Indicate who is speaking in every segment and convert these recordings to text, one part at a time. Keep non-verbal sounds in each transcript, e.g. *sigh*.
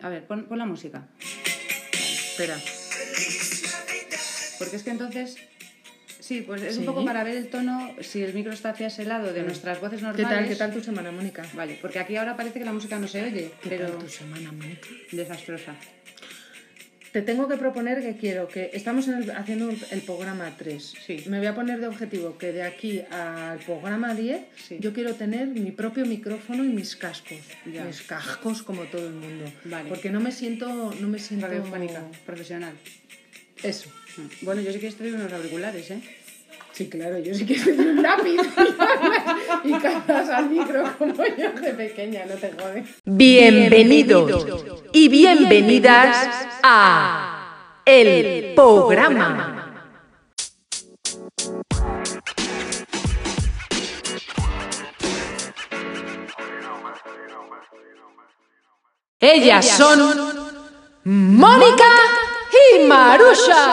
Speaker 1: A ver, pon, pon la música. Espera. Porque es que entonces. Sí, pues es un
Speaker 2: Sí.
Speaker 1: poco para ver el tono, si el micro está hacia ese lado de
Speaker 2: Vale.
Speaker 1: nuestras voces
Speaker 2: ¿Qué
Speaker 1: normales.
Speaker 2: tal, qué tal tu semana, Mónica?
Speaker 1: Vale, porque aquí ahora parece que la música no se oye,
Speaker 2: ¿Qué
Speaker 1: pero
Speaker 2: tal tu semana, Mónica?
Speaker 1: desastrosa.
Speaker 2: Te tengo que proponer que quiero que estamos en el- haciendo el, el programa 3.
Speaker 1: Sí.
Speaker 2: Me voy a poner de objetivo que de aquí al programa 10
Speaker 1: Sí.
Speaker 2: yo quiero tener mi propio micrófono y mis cascos.
Speaker 1: Ya.
Speaker 2: Mis cascos como todo el mundo.
Speaker 1: Vale.
Speaker 2: Porque no me siento no me siento
Speaker 1: Radiofónica, profesional.
Speaker 2: Eso.
Speaker 1: Mm. Bueno, yo sí que estoy en unos auriculares, ¿eh?
Speaker 2: Sí, claro, yo sí que soy un lápiz *laughs* y cantas al micro como yo de pequeña, no te jodes.
Speaker 3: Bienvenidos y bienvenidas a El Programa. Ellas son Mónica y Marusha.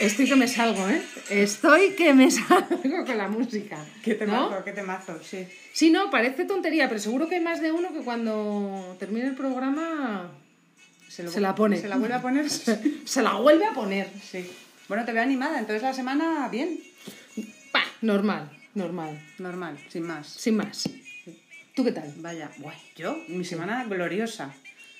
Speaker 2: Estoy que me salgo, ¿eh? Estoy que me salgo con la música. ¿no?
Speaker 1: qué temazo, sí.
Speaker 2: Sí, no, parece tontería, pero seguro que hay más de uno que cuando termine el programa
Speaker 1: lo-
Speaker 2: se la pone.
Speaker 1: ¿Se la vuelve a
Speaker 2: *laughs*
Speaker 1: poner? sí.
Speaker 2: se la vuelve a poner.
Speaker 1: Bueno, te veo animada, entonces la semana bien,
Speaker 2: Pa, normal, normal,
Speaker 1: normal, sin más.
Speaker 2: sin más. ¿Tú qué tal?
Speaker 1: Vaya, guay, yo, mi semana gloriosa.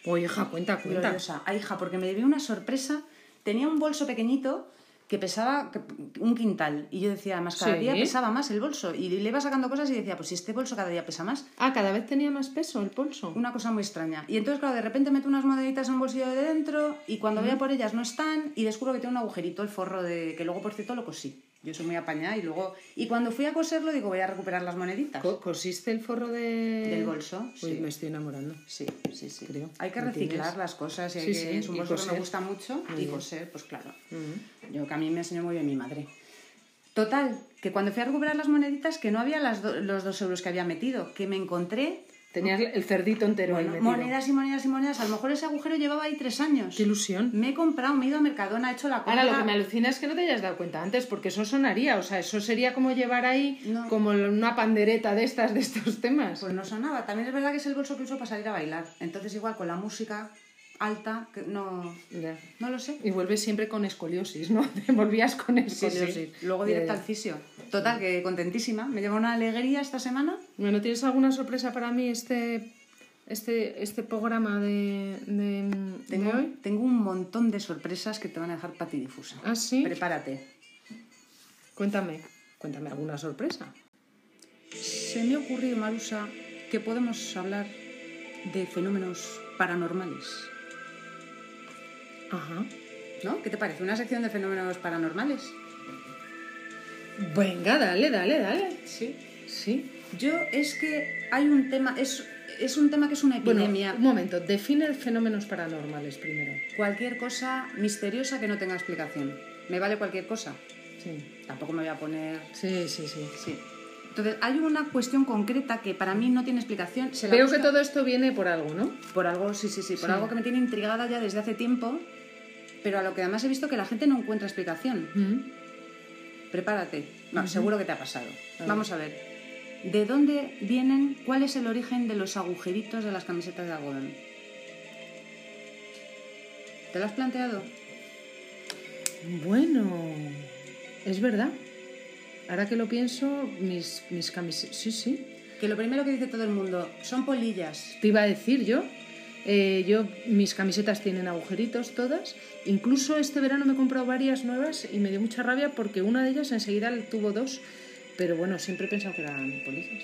Speaker 2: Oye, hija, cuenta, cuenta.
Speaker 1: Gloriosa. Ay, hija, porque me llevé una sorpresa. Tenía un bolso pequeñito que pesaba que- un quintal. Y yo decía, más cada
Speaker 2: Sí.
Speaker 1: día pesaba más el bolso. Y le iba sacando cosas y decía, pues si este bolso cada día pesa más,
Speaker 2: Ah, cada vez tenía más peso el bolso.
Speaker 1: una cosa muy extraña. Y entonces, claro, de repente meto unas moneditas en un bolsillo de dentro y cuando voy a por ellas no están y descubro que tiene un agujerito el forro de... que luego, por cierto, lo cosí. Yo soy muy apañada y luego... Y cuando fui a coserlo digo, voy a recuperar las moneditas.
Speaker 2: Co- ¿Cosiste el forro de...
Speaker 1: Del bolso,
Speaker 2: Uy,
Speaker 1: sí.
Speaker 2: me estoy enamorando.
Speaker 1: Sí, sí, sí.
Speaker 2: Creo.
Speaker 1: Hay que
Speaker 2: ¿Me
Speaker 1: reciclar
Speaker 2: entiendes?
Speaker 1: las cosas y hay
Speaker 2: Sí,
Speaker 1: que-
Speaker 2: sí,
Speaker 1: es un
Speaker 2: y
Speaker 1: bolso que me
Speaker 2: coser.
Speaker 1: gusta mucho
Speaker 2: Muy
Speaker 1: y
Speaker 2: bien.
Speaker 1: coser, pues claro. Yo que a mí me enseñó muy bien mi madre. Total, que cuando fui a recuperar las moneditas, que no había las do- los dos euros que había metido, que me encontré
Speaker 2: Tenías el cerdito entero ahí
Speaker 1: bueno,
Speaker 2: metido.
Speaker 1: monedas y monedas y monedas. A lo mejor ese agujero llevaba ahí tres años.
Speaker 2: Qué ilusión.
Speaker 1: Me he comprado, me he ido a Mercadona, he hecho la compra.
Speaker 2: Ahora, lo que me alucina es que no te hayas dado cuenta antes, porque eso sonaría, o sea, eso sería como llevar ahí
Speaker 1: No.
Speaker 2: como una pandereta de estas, de estos temas.
Speaker 1: Pues no sonaba. También es verdad que es el bolso que uso para salir a bailar. Entonces igual con la música alta, que no,
Speaker 2: Ya.
Speaker 1: no lo sé.
Speaker 2: Y vuelves siempre con escoliosis, ¿no? *laughs* Te volvías con
Speaker 1: Sí,
Speaker 2: escoliosis.
Speaker 1: sí. Luego
Speaker 2: Ya,
Speaker 1: directo
Speaker 2: ya.
Speaker 1: al fisio. Total, que contentísima. Me lleva una alegría esta semana.
Speaker 2: Bueno, ¿tienes alguna sorpresa para mí este, este, este programa de, de, de
Speaker 1: Tengo,
Speaker 2: hoy?
Speaker 1: tengo un montón de sorpresas que te van a dejar patidifusa.
Speaker 2: ¿Ah, sí?
Speaker 1: Prepárate.
Speaker 2: Cuéntame, cuéntame alguna sorpresa.
Speaker 1: Se me ha ocurrido, Marusa, que podemos hablar de fenómenos paranormales.
Speaker 2: Ajá.
Speaker 1: ¿No? ¿Qué te parece? ¿Una sección de fenómenos paranormales?
Speaker 2: Venga, dale, dale, dale.
Speaker 1: Sí.
Speaker 2: Sí.
Speaker 1: Yo es que hay un tema, es, es un tema que es una
Speaker 2: Bueno,
Speaker 1: epidemia.
Speaker 2: un momento, define fenómenos paranormales primero.
Speaker 1: Cualquier cosa misteriosa que no tenga explicación. Me vale cualquier cosa.
Speaker 2: Sí.
Speaker 1: Tampoco me voy a poner.
Speaker 2: Sí, sí, sí.
Speaker 1: Sí. Entonces, hay una cuestión concreta que para mí no tiene explicación. Se la
Speaker 2: Veo que
Speaker 1: busca-
Speaker 2: todo esto viene por algo, ¿no?
Speaker 1: Por algo, sí, sí, sí, por
Speaker 2: Sí.
Speaker 1: algo que me tiene intrigada ya desde hace tiempo, pero a lo que además he visto que la gente no encuentra explicación.
Speaker 2: Mm.
Speaker 1: Prepárate. No, seguro que te ha pasado.
Speaker 2: A ver.
Speaker 1: Vamos a ver. ¿De dónde vienen, cuál es el origen de los agujeritos de las camisetas de algodón? ¿Te lo has planteado?
Speaker 2: Bueno, es verdad. Ahora que lo pienso, mis, mis camisetas... Sí, sí.
Speaker 1: Que lo primero que dice todo el mundo son polillas.
Speaker 2: Te iba a decir yo. eh, yo, mis camisetas tienen agujeritos todas. Incluso este verano me he comprado varias nuevas y me dio mucha rabia porque una de ellas enseguida tuvo dos. Pero bueno, siempre he pensado que eran polillas.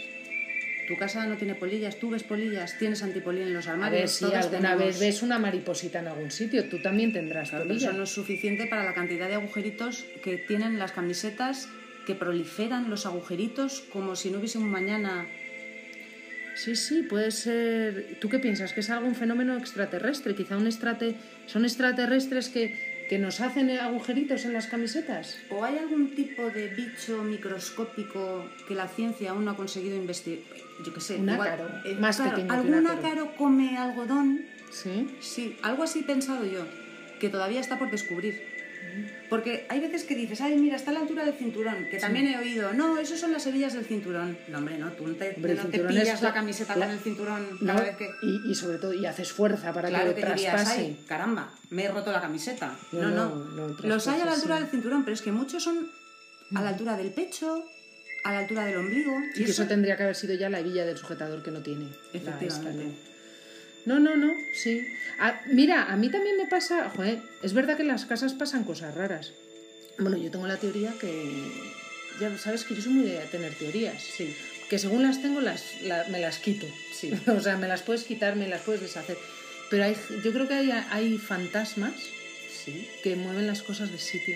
Speaker 1: Tu casa no tiene polillas, tú ves polillas, tienes antipolín en los
Speaker 2: A
Speaker 1: armarios.
Speaker 2: ver si
Speaker 1: todos
Speaker 2: alguna
Speaker 1: tenemos-
Speaker 2: vez ves una mariposita en algún sitio, tú también tendrás
Speaker 1: Claro, pero
Speaker 2: polillas.
Speaker 1: eso no es suficiente para la cantidad de agujeritos que tienen las camisetas, que proliferan los agujeritos como si no hubiese un mañana.
Speaker 2: Sí, sí, puede ser. ¿Tú qué piensas? ¿Que es algún fenómeno extraterrestre? Quizá un estrate... son extraterrestres que... que nos hacen agujeritos en las camisetas.
Speaker 1: ¿O hay algún tipo de bicho microscópico que la ciencia aún no ha conseguido investigar? Yo qué sé.
Speaker 2: Un
Speaker 1: igual- eh,
Speaker 2: ácaro, más pequeño que un
Speaker 1: ¿Algún
Speaker 2: ácaro.
Speaker 1: ácaro come algodón?
Speaker 2: Sí.
Speaker 1: Sí, algo así he pensado yo. que todavía está por descubrir. Porque hay veces que dices, ay, mira, está a la altura del cinturón, que también he oído, no, eso son las hebillas del cinturón. No, hombre, no, tú no te,
Speaker 2: Hombre, el
Speaker 1: no te
Speaker 2: cinturón
Speaker 1: pillas
Speaker 2: es
Speaker 1: la
Speaker 2: la-
Speaker 1: camiseta
Speaker 2: la-
Speaker 1: con el cinturón
Speaker 2: ¿no?
Speaker 1: cada vez que...
Speaker 2: y, y sobre todo, y haces fuerza para
Speaker 1: Claro
Speaker 2: que
Speaker 1: que
Speaker 2: lo
Speaker 1: dirías,
Speaker 2: traspase.
Speaker 1: ay, caramba, me he roto la camiseta.
Speaker 2: No,
Speaker 1: No, no,
Speaker 2: no, no
Speaker 1: los hay a la
Speaker 2: traspasas,
Speaker 1: altura
Speaker 2: sí.
Speaker 1: del cinturón, pero es que muchos son a la altura del pecho, a la altura del ombligo.
Speaker 2: Y que eso tendría que haber sido ya la hebilla del sujetador que no tiene. la esta,
Speaker 1: Efectivamente.
Speaker 2: ¿no? no, no, no, sí. Ah, mira, a mí también me pasa, joder, es verdad que en las casas pasan cosas raras. Bueno, yo tengo la teoría que, ya sabes que yo soy muy de tener teorías,
Speaker 1: Sí.
Speaker 2: que según las tengo las, la- me las quito.
Speaker 1: Sí.
Speaker 2: *laughs* o sea, me las puedes quitar, me las puedes deshacer. Pero hay, yo creo que hay, hay fantasmas
Speaker 1: Sí.
Speaker 2: que mueven las cosas de sitio.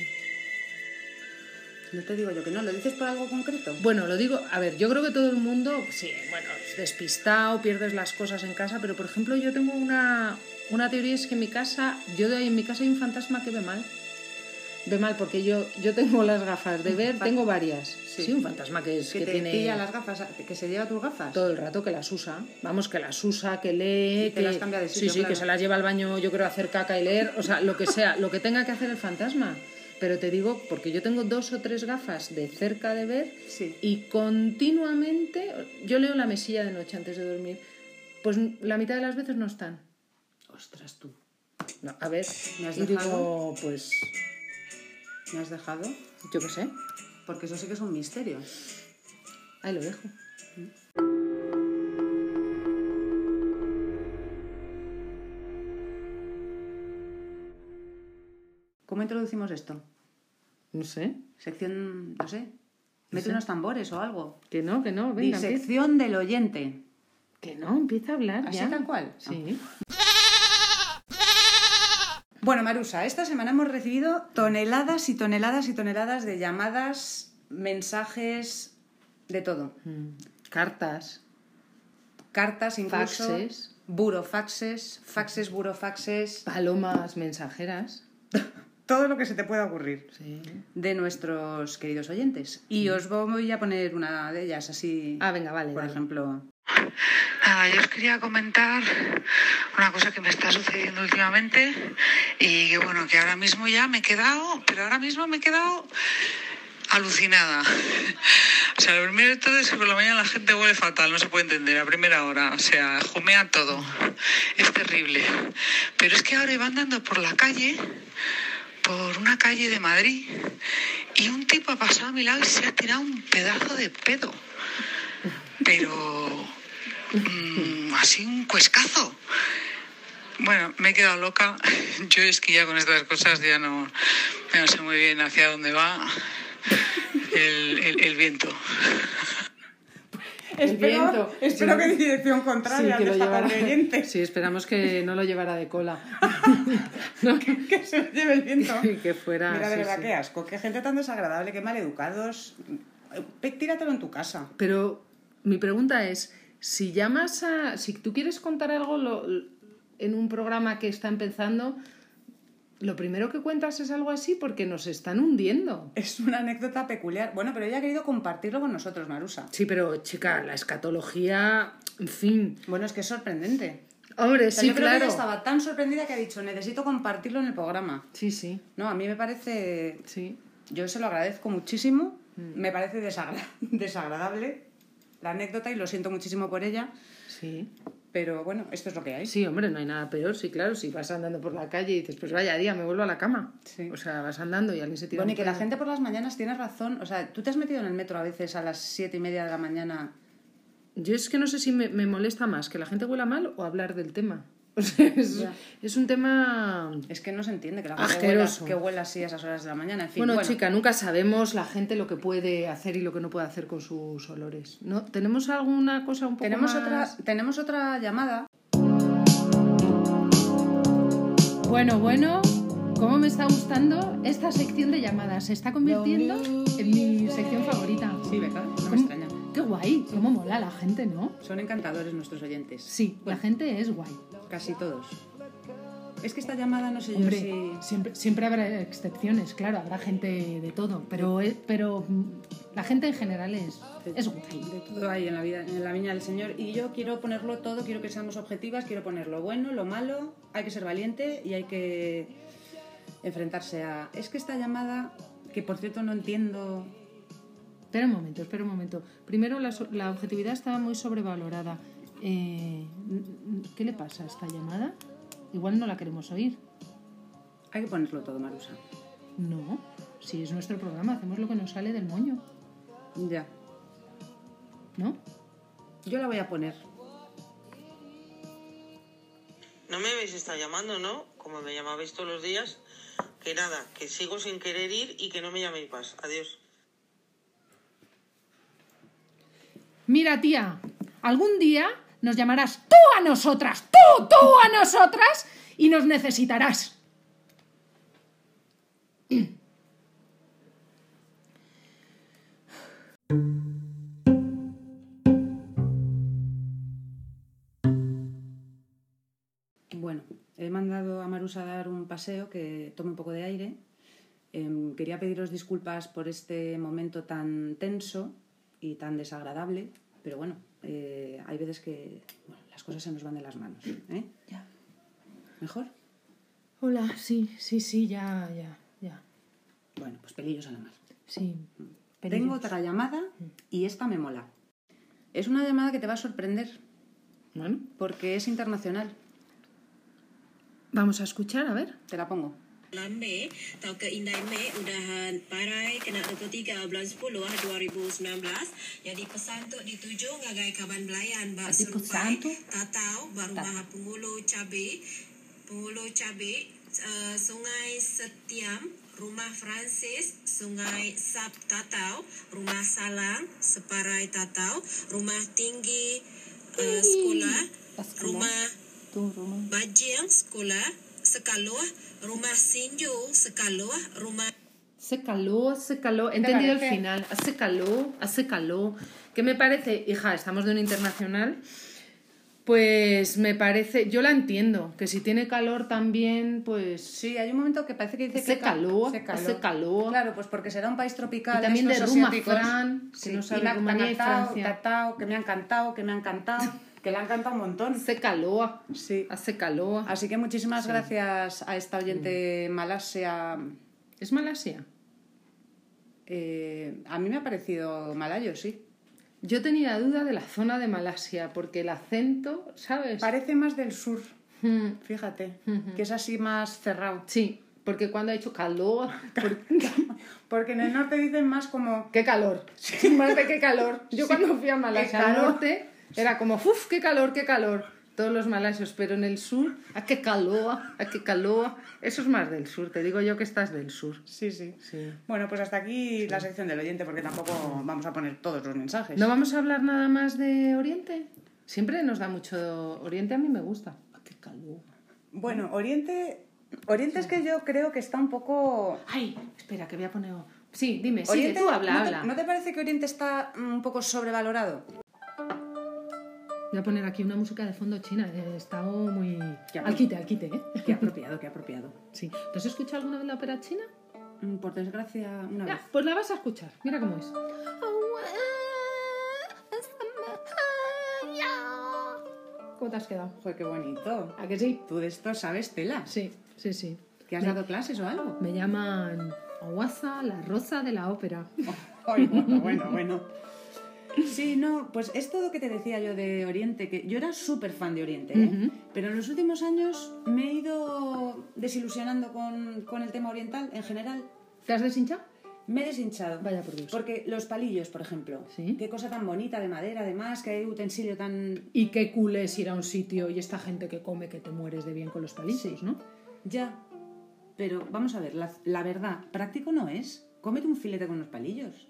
Speaker 1: No te digo yo que no, ¿lo dices por algo concreto?
Speaker 2: Bueno, lo digo, a ver, yo creo que todo el mundo, sí, bueno, es despistado, pierdes las cosas en casa, pero por ejemplo yo tengo una, una teoría, es que en mi casa, yo de- en mi casa hay un fantasma que ve mal. Ve mal porque yo, yo tengo las gafas de ver,
Speaker 1: Fa-
Speaker 2: tengo varias. Sí,
Speaker 1: Sí.
Speaker 2: un fantasma que, es,
Speaker 1: que,
Speaker 2: Pues que
Speaker 1: te
Speaker 2: tiene
Speaker 1: pilla las gafas, que se lleva tus gafas.
Speaker 2: todo el rato que las usa. Vamos, que las usa, que lee,
Speaker 1: Y te
Speaker 2: que
Speaker 1: las cambia de
Speaker 2: sí,
Speaker 1: sitio,
Speaker 2: sí,
Speaker 1: claro.
Speaker 2: que se las lleva al baño, yo creo, a hacer caca y leer, o sea, lo que sea, lo que tenga que hacer el fantasma. Pero te digo, porque yo tengo dos o tres gafas de cerca de ver
Speaker 1: Sí.
Speaker 2: y continuamente, yo leo la mesilla de noche antes de dormir, pues la mitad de las veces no están.
Speaker 1: Ostras, tú,
Speaker 2: No, a ver,
Speaker 1: ¿Me has
Speaker 2: y digo,
Speaker 1: dejado?
Speaker 2: pues,
Speaker 1: ¿me has dejado?
Speaker 2: yo qué sé,
Speaker 1: Porque eso sí que es un misterio.
Speaker 2: ahí lo dejo.
Speaker 1: ¿Cómo introducimos esto?
Speaker 2: No sé,
Speaker 1: Sección, no sé, mete
Speaker 2: sé.
Speaker 1: unos tambores o algo.
Speaker 2: que no, que no, venga, empieza,
Speaker 1: Disección del oyente.
Speaker 2: que no, empieza a hablar
Speaker 1: ¿Así
Speaker 2: ya.
Speaker 1: tal cual? Ah.
Speaker 2: Sí.
Speaker 1: Bueno, Marusa, esta semana hemos recibido toneladas y toneladas y toneladas de llamadas, mensajes, de todo.
Speaker 2: Mm. Cartas.
Speaker 1: Cartas, incluso.
Speaker 2: Faxes.
Speaker 1: Burofaxes, faxes, burofaxes.
Speaker 2: Palomas mensajeras.
Speaker 1: Todo lo que se te pueda ocurrir.
Speaker 2: Sí.
Speaker 1: De nuestros queridos oyentes. Y os voy a poner una de ellas así.
Speaker 2: Ah, venga, vale.
Speaker 1: por
Speaker 2: dale.
Speaker 1: ejemplo.
Speaker 4: Nada, yo os quería comentar una cosa que me está sucediendo últimamente y que bueno, que ahora mismo ya me he quedado, pero ahora mismo me he quedado alucinada. O sea, lo primero de todo es que por la mañana la gente huele fatal, no se puede entender a primera hora, o sea, jumea todo, es terrible. Pero es que ahora iba andando por la calle, por una calle de Madrid, y un tipo ha pasado a mi lado y se ha tirado un pedazo de pedo. Pero Mm, así un cuescazo. Bueno, me he quedado loca. *laughs* Yo es que ya con estas cosas ya no, ya no sé muy bien hacia dónde va el, el- el viento.
Speaker 2: Espero- viento. espero Sí. que en
Speaker 1: dirección
Speaker 2: Sí, que lo llevara- Sí, esperamos que no lo llevara de cola. No, que,
Speaker 1: *laughs* Que se lleve
Speaker 2: *laughs*
Speaker 1: el viento.
Speaker 2: que fuera.
Speaker 1: Mira, de
Speaker 2: sí,
Speaker 1: verdad,
Speaker 2: sí.
Speaker 1: qué asco, qué gente tan desagradable, qué maleducados. Eh, pe- Tíratelo en tu casa.
Speaker 2: Pero mi pregunta es: si llamas a. Si tú quieres contar algo lo- en un programa que está empezando, lo primero que cuentas es algo así porque nos están hundiendo.
Speaker 1: Es una anécdota peculiar. Bueno, pero ella ha querido compartirlo con nosotros, Marusa.
Speaker 2: Sí, pero chica, la escatología. En fin.
Speaker 1: Bueno, es que es sorprendente.
Speaker 2: Hombre,
Speaker 1: O sea,
Speaker 2: sí,
Speaker 1: yo creo que
Speaker 2: claro.
Speaker 1: ella estaba tan sorprendida que ha dicho, necesito compartirlo en el programa.
Speaker 2: Sí, sí,
Speaker 1: No, a mí me parece...
Speaker 2: sí.
Speaker 1: Yo se lo agradezco muchísimo.
Speaker 2: Mm.
Speaker 1: Me parece desagra- *laughs* desagradable la anécdota y lo siento muchísimo por ella.
Speaker 2: Sí.
Speaker 1: Pero bueno, esto es lo que hay.
Speaker 2: Sí, hombre, no hay nada peor. Sí, claro, si vas andando por la calle y dices, pues vaya día, me vuelvo a la cama.
Speaker 1: Sí.
Speaker 2: O sea, vas andando y alguien se tira.
Speaker 1: Bueno,
Speaker 2: un
Speaker 1: y que la
Speaker 2: pedo.
Speaker 1: gente por las mañanas tiene razón. O sea, tú te has metido en el metro a veces a las siete y media de la mañana.
Speaker 2: Yo es que no sé si me, me molesta más que la gente huela mal o hablar del tema. *laughs* O sea, es,
Speaker 1: Ya.
Speaker 2: es un tema.
Speaker 1: Es que no se entiende que la gente huela,
Speaker 2: Asqueroso.
Speaker 1: que huela así a esas horas de la mañana. En fin,
Speaker 2: Bueno,
Speaker 1: bueno,
Speaker 2: chica, nunca sabemos la gente lo que puede hacer y lo que no puede hacer con sus olores. ¿No? ¿Tenemos alguna cosa un poco
Speaker 1: tenemos,
Speaker 2: más?
Speaker 1: otra, tenemos otra llamada.
Speaker 2: Bueno, bueno, ¿cómo me está gustando esta sección de llamadas? Se está convirtiendo en mi sección favorita.
Speaker 1: Sí, Beca, no me
Speaker 2: ¿Cómo-
Speaker 1: extraña.
Speaker 2: Qué guay, cómo mola la gente, ¿no?
Speaker 1: Son encantadores nuestros oyentes.
Speaker 2: Sí, la gente es guay.
Speaker 1: Casi todos. Es que esta llamada no sé yo
Speaker 2: Hombre,
Speaker 1: si...
Speaker 2: siempre, siempre habrá excepciones, claro, habrá gente de todo, pero, eh, pero mm, la gente en general es, es guay.
Speaker 1: De todo hay en la vida, en la viña del Señor. Y yo quiero ponerlo todo, quiero que seamos objetivas, quiero poner lo bueno, lo malo, hay que ser valiente y hay que enfrentarse a... Es que esta llamada, que por cierto no entiendo...
Speaker 2: Espera un momento, espera un momento. Primero, la, so- la objetividad está muy sobrevalorada. Eh, n- n- ¿Qué le pasa a esta llamada? Igual no la queremos oír.
Speaker 1: Hay que ponerlo todo, Marusa.
Speaker 2: No, si es nuestro programa, hacemos lo que nos sale del moño,
Speaker 1: Ya.
Speaker 2: ¿no?
Speaker 1: Yo la voy a poner.
Speaker 5: No me habéis estado llamando, ¿no? Como me llamabais todos los días. Que nada, que sigo sin querer ir y que no me llaméis más. Adiós.
Speaker 2: Mira, tía, algún día nos llamarás tú a nosotras, tú, tú a nosotras, y nos necesitarás.
Speaker 1: Bueno, he mandado a Marusa a dar un paseo que tome un poco de aire. Em, quería pediros disculpas por este momento tan tenso y tan desagradable, pero bueno, eh, hay veces que bueno, las cosas se nos van de las manos. ¿eh?
Speaker 2: Ya.
Speaker 1: ¿Mejor?
Speaker 2: Hola, sí, sí, sí, ya, ya, ya.
Speaker 1: Bueno, pues pelillos a la mar.
Speaker 2: Sí.
Speaker 1: Tengo otra llamada y esta me mola. Es una llamada que te va a sorprender
Speaker 2: Bueno,
Speaker 1: porque es internacional.
Speaker 2: vamos a escuchar, a ver.
Speaker 1: Te la pongo.
Speaker 6: Lambe, Tauke Indai Mei Undahan Parai kena 23 bulan 10 2019 yang dipesan tu dituju ngagai kaban belayan bak
Speaker 1: Dipesan
Speaker 6: serupai
Speaker 1: tu?
Speaker 6: tatau baru maha pengulu cabe pengulu cabe uh, sungai Setiam rumah Francis sungai Sab Tatau rumah Salang Separai Tatau rumah tinggi uh, sekolah rumah Bajeng sekolah sekaluh rumah Sinju sekaluh rumah
Speaker 2: Hace calor, hace calor. He entendido el final. Hace calor, hace calor. ¿Qué me parece? Hija, estamos de un internacional. Pues me parece, yo la entiendo, que si tiene calor también, pues...
Speaker 1: Sí, hay un momento que parece que dice
Speaker 2: Hace
Speaker 1: que ca-
Speaker 2: calor,
Speaker 1: hace calor.
Speaker 2: hace calor.
Speaker 1: Claro, pues porque será un país tropical.
Speaker 2: Y también
Speaker 1: estos
Speaker 2: de Roma,
Speaker 1: asiáticos.
Speaker 2: Fran, que no
Speaker 1: y
Speaker 2: sabe
Speaker 1: me ha
Speaker 2: Rumanía y
Speaker 1: encantado,
Speaker 2: Francia.
Speaker 1: tatao, que me ha encantado, que me ha encantado, que le ha encantado un montón.
Speaker 2: Hace calor,
Speaker 1: Sí.
Speaker 2: hace calor.
Speaker 1: Así que muchísimas gracias a esta
Speaker 2: Mm.
Speaker 1: oyente malasia.
Speaker 2: ¿Es Malasia?
Speaker 1: Eh, a mí me ha parecido malayo, sí.
Speaker 2: Yo tenía duda de la zona de Malasia, porque el acento, ¿sabes?
Speaker 1: Parece más del sur,
Speaker 2: Mm,
Speaker 1: fíjate, que es así más cerrado.
Speaker 2: Sí, porque cuando ha hecho *laughs* calor... por-
Speaker 1: Porque en el norte dicen más como...
Speaker 2: ¡Qué calor! *laughs* Más de qué calor. Yo cuando fui a Malasia
Speaker 1: qué
Speaker 2: al
Speaker 1: calor.
Speaker 2: norte era como, ¡uf, qué calor, qué calor! Todos los malasios, pero en el sur, ¡a qué calor, a qué calor! Eso es más del sur, te digo yo que estás del sur.
Speaker 1: Sí, sí.
Speaker 2: Sí.
Speaker 1: Bueno, pues hasta aquí la sección del oyente, porque tampoco vamos a poner todos los mensajes.
Speaker 2: ¿No vamos a hablar nada más de Oriente? Siempre nos da mucho... Oriente a mí me gusta. ¡A Ah, qué calor!
Speaker 1: Bueno, Oriente... Oriente es que yo creo que está un poco...
Speaker 2: ¡Ay! Espera, que voy a poner... Sí, dime, sigue,
Speaker 1: Oriente,
Speaker 2: tú habla,
Speaker 1: ¿no, te,
Speaker 2: habla.
Speaker 1: ¿No te parece que Oriente está mm, un poco sobrevalorado?
Speaker 2: Voy a poner aquí una música de fondo china, he estado muy...
Speaker 1: Ya.
Speaker 2: Al quite, al quite, ¿eh?
Speaker 1: Qué apropiado, qué apropiado.
Speaker 2: Sí. ¿Te has escuchado alguna vez la ópera china?
Speaker 1: Mm, Por desgracia, una
Speaker 2: Ya,
Speaker 1: vez.
Speaker 2: pues la vas a escuchar, mira cómo es. ¿Cómo te has quedado?
Speaker 1: Joder, qué bonito.
Speaker 2: ¿A que sí?
Speaker 1: ¿Tú de esto sabes, Tela?
Speaker 2: Sí, sí, sí.
Speaker 1: ¿Que has
Speaker 2: Me-
Speaker 1: dado clases o *laughs* algo?
Speaker 2: Me llaman Awasa, la rosa de la ópera.
Speaker 1: Ay, bueno, bueno, bueno. Sí, no, pues es todo lo que te decía yo de Oriente, que yo era súper fan de Oriente, ¿eh?
Speaker 2: Ujú.
Speaker 1: pero en los últimos años me he ido desilusionando con, con el tema oriental en general.
Speaker 2: ¿Te has deshinchado?
Speaker 1: Me he deshinchado.
Speaker 2: Vaya por Dios.
Speaker 1: Porque los palillos, por ejemplo,
Speaker 2: Sí.
Speaker 1: qué cosa tan bonita de madera, además, que hay utensilio tan...
Speaker 2: Y qué cool es ir a un sitio y esta gente que come que te mueres de bien con los palitos, ¿no?
Speaker 1: Ya, pero vamos a ver, la, la verdad, práctico no es. Cómete un filete con los palillos.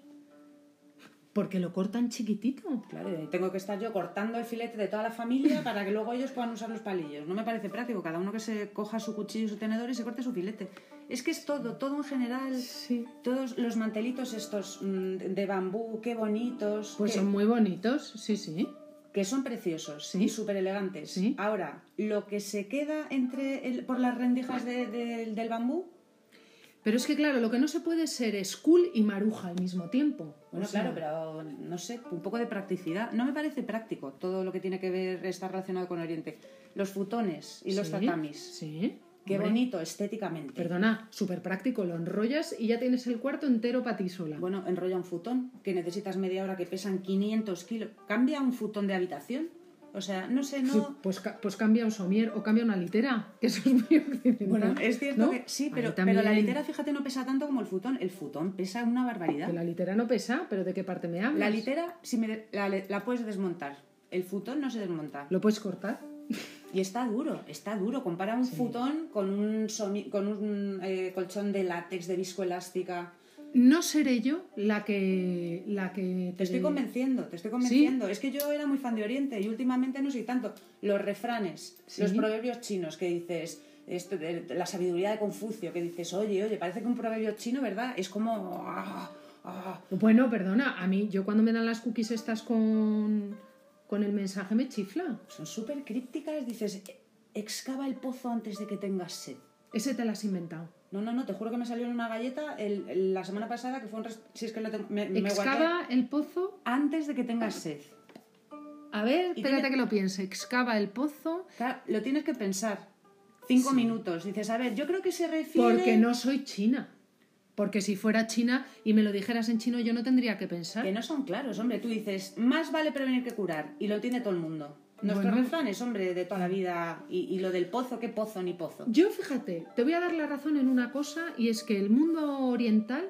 Speaker 2: Porque lo cortan chiquitito.
Speaker 1: Claro, y tengo que estar yo cortando el filete de toda la
Speaker 2: *laughs*
Speaker 1: familia para que luego ellos puedan usar los palillos. No me parece práctico, cada uno que se coja su cuchillo, su tenedor y se corte su filete. Es que es todo, todo en general.
Speaker 2: Sí.
Speaker 1: Todos los mantelitos estos mm, de bambú, qué bonitos,
Speaker 2: Pues
Speaker 1: que,
Speaker 2: son muy bonitos, sí, sí.
Speaker 1: que son preciosos
Speaker 2: Sí.
Speaker 1: y súper elegantes.
Speaker 2: Sí.
Speaker 1: Ahora, lo que se queda entre el- por las rendijas de- de- del bambú,
Speaker 2: Pero es que claro, lo que no se puede ser es cool y maruja al mismo tiempo.
Speaker 1: Bueno,
Speaker 2: O sea,
Speaker 1: claro, pero no sé, un poco de practicidad. No me parece práctico todo lo que tiene que ver, está relacionado con Oriente. Los futones y los
Speaker 2: sí,
Speaker 1: tatamis.
Speaker 2: Sí.
Speaker 1: Qué
Speaker 2: Hombre.
Speaker 1: bonito estéticamente.
Speaker 2: Perdona, súper práctico, lo enrollas y ya tienes el cuarto entero para ti sola.
Speaker 1: Bueno, enrolla un futón, que necesitas media hora que pesan 500 kilos. Cambia un futón de habitación. O sea, no sé, no...
Speaker 2: Pues, ca- pues cambia un somier o cambia una litera, *laughs* que eso es muy occidental,
Speaker 1: Bueno, es cierto
Speaker 2: ¿no?
Speaker 1: que sí,
Speaker 2: Ahí
Speaker 1: pero,
Speaker 2: también-
Speaker 1: pero la litera, fíjate, no pesa tanto como el futón. El futón pesa una barbaridad.
Speaker 2: Que la litera no pesa, pero ¿de qué parte me hablas?
Speaker 1: La litera, si me de- la, le- la puedes desmontar. El futón no se desmonta.
Speaker 2: ¿Lo puedes cortar?
Speaker 1: Y está duro, está duro. Compara un futón con un, somi- con un eh, colchón de látex, de viscoelástica.
Speaker 2: No seré yo la que... La que
Speaker 1: Te estoy convenciendo, te estoy convenciendo. Es que yo era muy fan de Oriente y últimamente no soy tanto. Los refranes,
Speaker 2: Sí.
Speaker 1: los proverbios chinos que dices, esto de- de la sabiduría de Confucio, que dices, oye, oye, parece que un proverbio chino, ¿verdad? Es como... ah, ah.
Speaker 2: Bueno, perdona, a mí, yo cuando me dan las cookies estas con, con el mensaje me chifla.
Speaker 1: Son súper crípticas, dices, excava el pozo antes de que tengas sed.
Speaker 2: Ese te lo has inventado.
Speaker 1: No, no, no, te juro que me salió en una galleta el- el- la semana pasada que fue un... res- Si es que lo tengo... Me, me guardé.
Speaker 2: Excava Ah. el pozo...
Speaker 1: Antes de que tengas sed.
Speaker 2: A ver,
Speaker 1: Y
Speaker 2: espérate
Speaker 1: tiene-
Speaker 2: que lo piense. Excava el pozo...
Speaker 1: Claro, lo tienes que pensar. Cinco minutos. Dices, a ver, yo creo que se refiere...
Speaker 2: Porque no soy china. Porque si fuera china y me lo dijeras en chino, yo no tendría que pensar.
Speaker 1: Que no son claros, hombre. Tú dices, más vale prevenir que curar. Y lo tiene todo el mundo. Nuestros
Speaker 2: Bueno.
Speaker 1: refranes, hombre, de toda la vida. Y, y lo del pozo, ¿qué pozo ni pozo?
Speaker 2: Yo, fíjate, te voy a dar la razón en una cosa y es que el mundo oriental